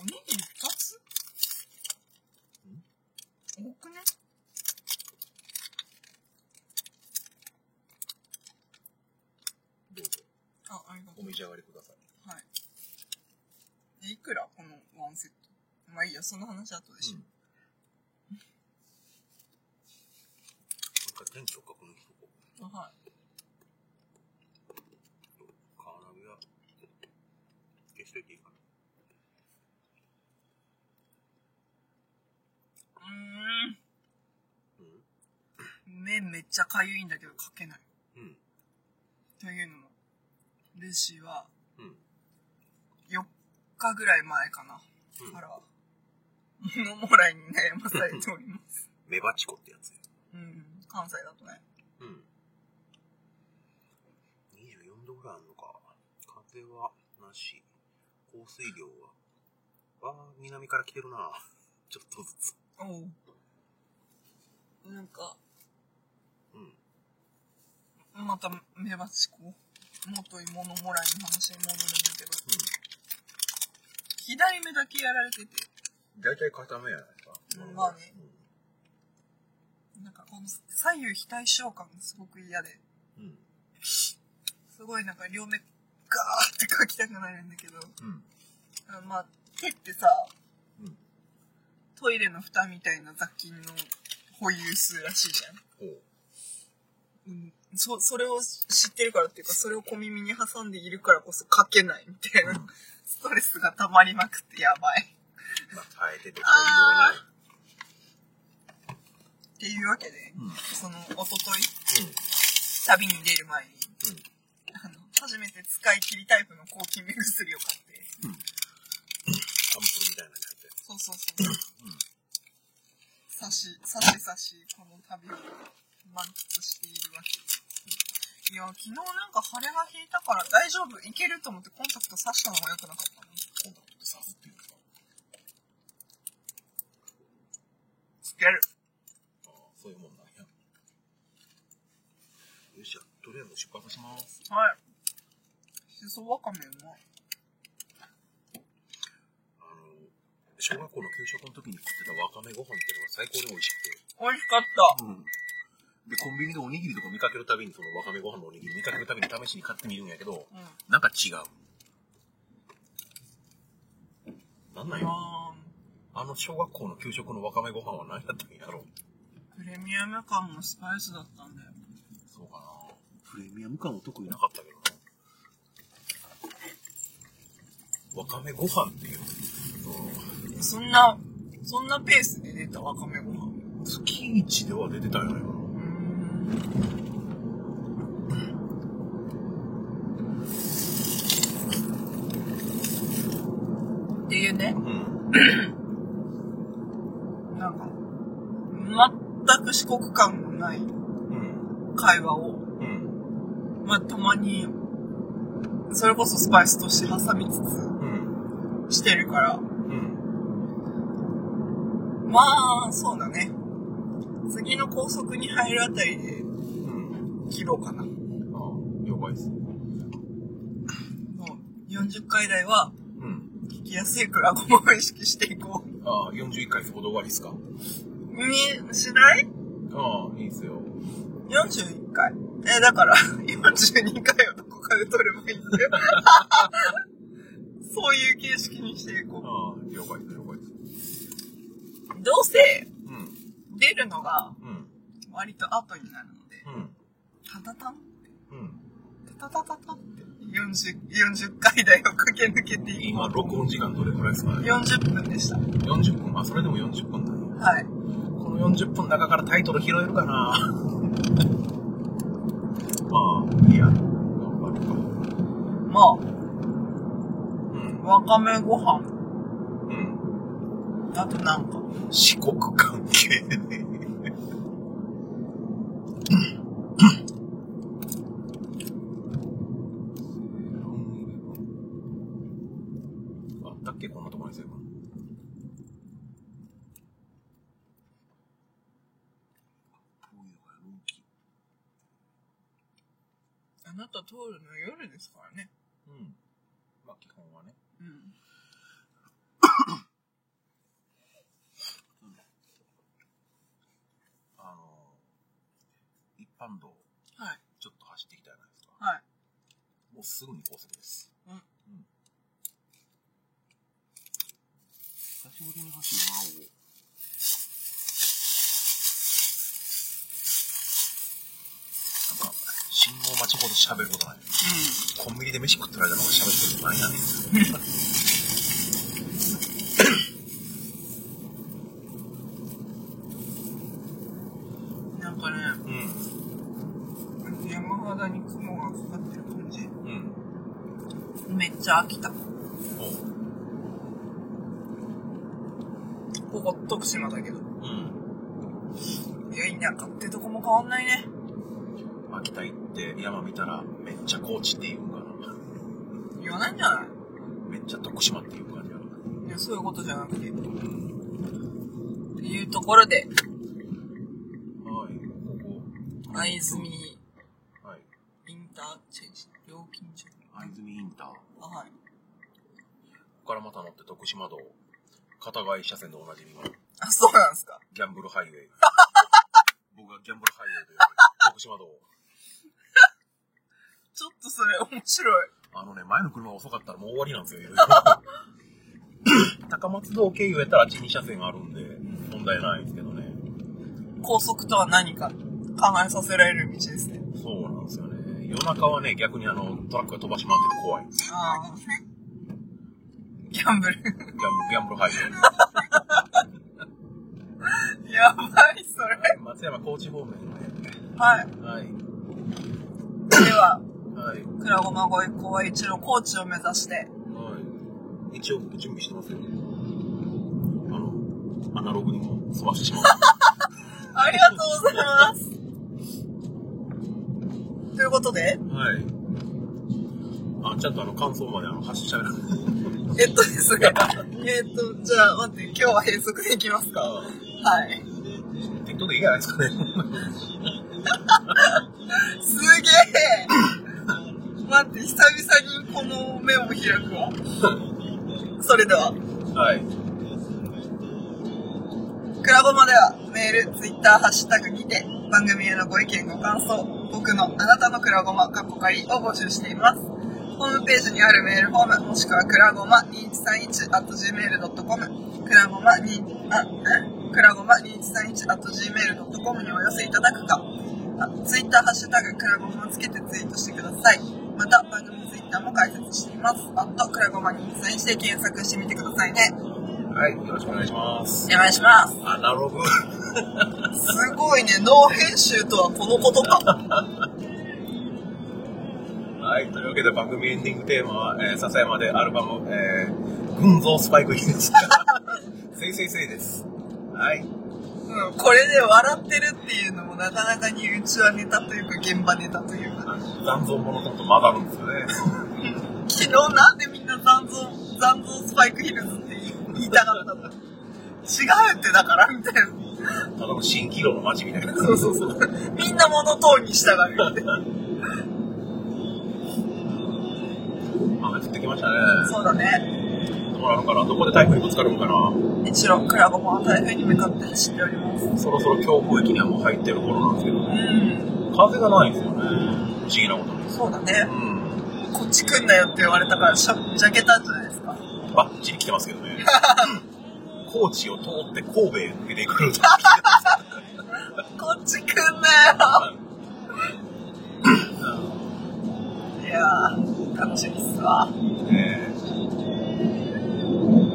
B: おにぎり2つ多くね
A: どうぞ。
B: あ、ありがと
A: お召し上がりください。
B: う。はい。え、いくらこのワンセット。まあいいや、その話後でしょ。
A: ん。一回天気を確認しとこう。
B: あはい。
A: カーナビは消しといていいかな。
B: う
A: うん。
B: ーん。麺めっちゃかゆいんだけどかけない。
A: うん。
B: というのも、ルーシーは
A: うん。
B: 4日ぐらい前かな。
A: うん
B: から、物もらいに悩まされており ます。
A: メバチコってやつや。
B: うん。関西だとね。
A: うん。24度ぐらいあるのか。風はなし。降水量は。ああ、南から来てるな。 ちょっとずつ。
B: おう。なんか、
A: うん。
B: またメバチこう元いものもらいの話に戻るんだけど左目だけやられてて
A: うん。だいたい固めやないか
B: うんまあねなんかこの左右非対称感がすごく嫌で
A: うん。うん。
B: すごいなんか両目ガーって描きたくなるんだけど
A: うん。
B: あまあ手ってさ
A: うん。
B: トイレの蓋みたいな雑菌の保有数らしいじゃん
A: ほう。
B: うん、そそれを知ってるからっていうかそれを小耳に挟んでいるからこそ書けないみたいな、
A: うん
B: ストレスが溜まりまくってやばい
A: まあ、耐えてて、こ
B: あ
A: ういうよ
B: っていうわけで、
A: うな。うん。うん。
B: そのおととい旅に出る前にあの初めて使い切りタイプの抗菌目薬を買って
A: うん。うん。アンプルみたいなのに入ってる。
B: そうそうそうさしさしさしこの旅を満喫しているわけですいや昨日なんか腫れが引いたから大丈夫いけると思ってコンタクト刺したのが良くなかった
A: う
B: な
A: ん。今度はこう刺すっていうか。
B: つける
A: ああ、そういうもんなんや。よっしゃ、とりあえず出発します。
B: はいしそわかめうまい
A: 小学校の給食の時に食ってたわかめご飯っていうのが最高に美味しくて。
B: 美味しかっ
A: うん。で、コンビニでおにぎりとか見かけるたびに、そのわかめご飯のおにぎり見かけるたびに試しに買ってみるんやけど、
B: た。うん。
A: なんか違う。なんなんよ。
B: あ
A: あの小学校の給食のわかめご飯は何やったんやろ
B: ープレミアム感もスパイスだったんだよ。
A: そうかな。プレミアム感は特になかったけどな。わかめご飯っていう。
B: そんな、そんなペースで出たわかめご
A: う
B: 飯。
A: ん月一では出てたんやないかな。
B: うーん。っていうね、
A: うん。
B: なんか、全く四国感のない
A: うん。
B: 会話を、
A: うん。
B: まあ、たまに、それこそスパイスとして挟みつ
A: うん。
B: つしてるから、
A: うん。
B: まあ、そうだね。次の高速に入るあたりで
A: うん。
B: 切ろうかな。
A: ああ、了解です。
B: もう40回台は
A: うん。
B: 聞きやすいくらこを意識していこう。
A: ああ、41回そこで終わりっすか
B: に、しない
A: ああ、いいっすよ。
B: ?41 回。え、だから、42回をどこかで取ればいいん だよ。そういう形式にしていこう。
A: ああ、了解です、了解です。
B: どうせ、
A: うん。
B: 出るのが
A: うん。
B: 割と後になるので、
A: うん。
B: タタタン、
A: うん。
B: タタタタンって40、40回台を駆け抜けていこ
A: 今、録音時間どれくらいですか
B: う。
A: ね
B: 40分でした。
A: ?40 分。あ、それでも40分だね。
B: はい。
A: この40分の中からタイトル拾えるかな まあ、いいや。頑張るか。
B: まあ、
A: うん。
B: わかめご飯、
A: うん。
B: あとなんか、
A: 四国関係ね。あったっけこんなところにすれば。
B: あなた通るの夜ですからね。
A: うん。まあ基本はね。
B: うん。
A: あの、一般道、
B: はい。
A: ちょっと走ってきたじゃないですか。
B: はい。
A: もうすぐに高速です。
B: うん
A: 久しぶりに走るな、おなんか、信号待ちほど喋ることない。コンビニで飯食ってる間の方が喋ってることないな。
B: うん。なんかね、
A: う
B: 山肌に雲がかかってる感じ。
A: ん。うん。
B: めっちゃ飽きた。
A: おう。
B: ここ徳島だけど。
A: うん。
B: いや、田舎ってとこも変わんないね。
A: 秋田行って山見たら、めっちゃ高知って言うんかな。
B: 言わないんじゃな
A: めっちゃ徳島って言うんかな。
B: いいや、そういうことじゃなくて。っ
A: うん。
B: ていうところで、
A: はい、ここ。
B: 藍住
A: はい。
B: インターチェンジ、料金所。
A: 藍住インター。こ
B: あはい。
A: こからまた乗って徳島道。片側一車線でおなじみの
B: あ、そうなんですか。
A: ギャンブルハイウェイ。僕がギャンブルハイウェイと呼ばれる徳島道。
B: ちょっとそれ面白い。
A: あのね、前の車が遅かったらもう終わりなんですよ、いろいろ高松道経由やったらあっち2車線あるんで、問題ないですけどね。
B: 高速とは何か考えさせられる道ですね。
A: そうなんですよね。夜中はね、逆にあの、トラックが飛ばしまってて怖い。
B: ああ。ギャンブル。
A: ギャンブル、ギャンブルハイウェイ。
B: やばい、それ。
A: 松山高知方面ね。
B: はい。
A: はい。
B: では、
A: はい。
B: 倉駒越公園一のコーチを目指して、
A: はい。一応僕準備してますよ。あの、アナログにも済ましてしまう。
B: ありがとうございます。 ということで、
A: はい。あ、ちゃんとあの感想まであの発信しゃべらない。
B: えっとですね、えっと、じゃあ待って、今日は閉塞でいきますか。はい。
A: 適当でいいじゃないですかね。
B: すげえ待って、久々にこの目を開くわ。それでは。
A: はい。
B: ボまではメール、ツイッター、ハッシュタグにて番組へのご意見、ご感想、僕のあなたのくらごま、かっこかりを募集しています。ホームページにあるメールフォーム、もしくはくらごま2131 at gmail.com、くらごま2、あ、えくらごま2131 at gmail.com にお寄せいただくか、ツイッター、ハッシュタグ、くらごまをつけてツイートしてください。また、番組ツイッターも開設しています。あっと、くらごま2131で検索してみてくださいね。
A: はい、よろしくお願いします
B: お。願いします。
A: アナログ。
B: すごいね、ノー編集とはこのことか。
A: はい、というわけで番組エンディングテーマは、えー、笹山でアルバム、えー、群像スパイクヒルズ。 せいせいせいです。はい。
B: うん、これで笑ってるっていうのもなかなかにうちはネタというか現場ネタというか。
A: 残像ものとも混ざるんですよね。
B: 昨日なんでみんな残像、残像スパイクヒルズって言いたかったの違うってだからみたいな。
A: ただの蜃気楼の街みたいな。
B: そうそうそう。みんなモノトーンに従うって。
A: 雨降ってきましたね。
B: そうだね。
A: どうなのかなどこで台風にぶつかるのかな
B: 一郎クラゴも台風に向かって走っております。
A: そろそろ強風域にはもう入ってる頃なんですけど、
B: うん。
A: 風がないんですよね。不思議なことに。
B: そうだね。
A: う
B: こっち来んなよって言われたから、しゃ、ジャケたんじゃないですか。
A: ん。バッチリ来てますけどね。高知を通って神戸へ抜けてくる。
B: こっち来んなよいやー、楽しみっすわ。
A: ねえ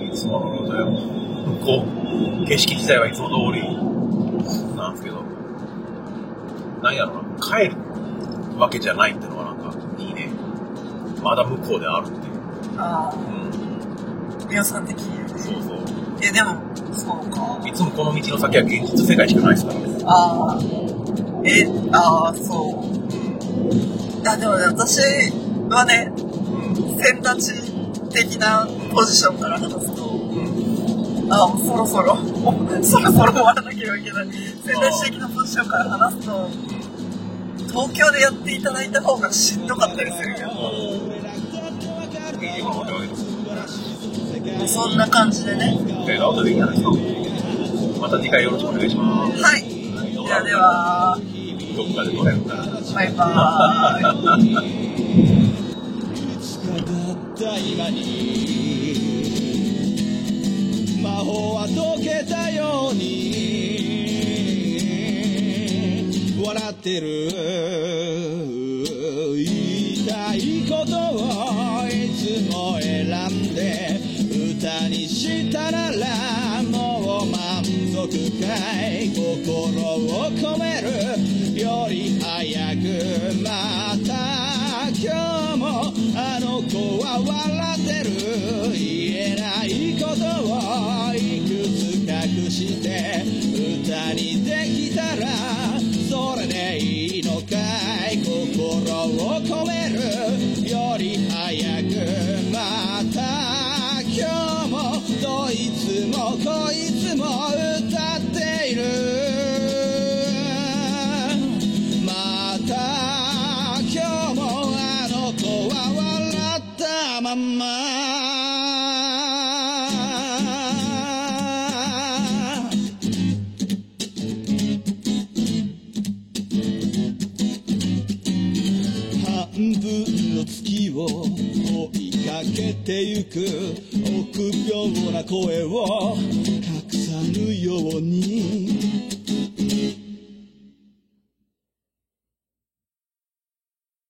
A: いつものだよ。こう、景色自体はいつも通りなんですけど、なんやろな、帰るわけじゃないってのがなんかいいね。まだ向こうであるっていう。
B: あ
A: うん、
B: ー、予算的に。
A: そうそう。
B: え、でも、そうか。
A: いつもこの道の先は現実世界しかないですからね。
B: あー、え、あー、そう。あ、でもね、私はね、
A: うん。
B: 先立ち的なポジションから話すと、
A: うん。
B: あ、もうそろそろ、 もうそろそろ終わらなければいけない。先立ち的なポジションから話すと、東京でやっていただいた方がしんどかったりするよ。
A: 今のわけわけです。
B: そんな感じでね。
A: で、アウトでいいんじゃないですか。また次回よろしくお願いします。
B: はい。ではでは、
A: どこかで撮れるから。
B: バイバーイ。
C: った今に魔法は溶けたように笑ってる言いたいことをいつも選んで歌にしたならもう満足かい心を込めるより早くまた今日もあの子は笑ってる言えないことをいくつ隠して歌にできたらそれでいいのかい心を込めるより早くまた今日もどいつもこいつも歌っているまた今日もあの子は笑ったまんま半分の月を追いかけてゆく臆病な声を隠さぬように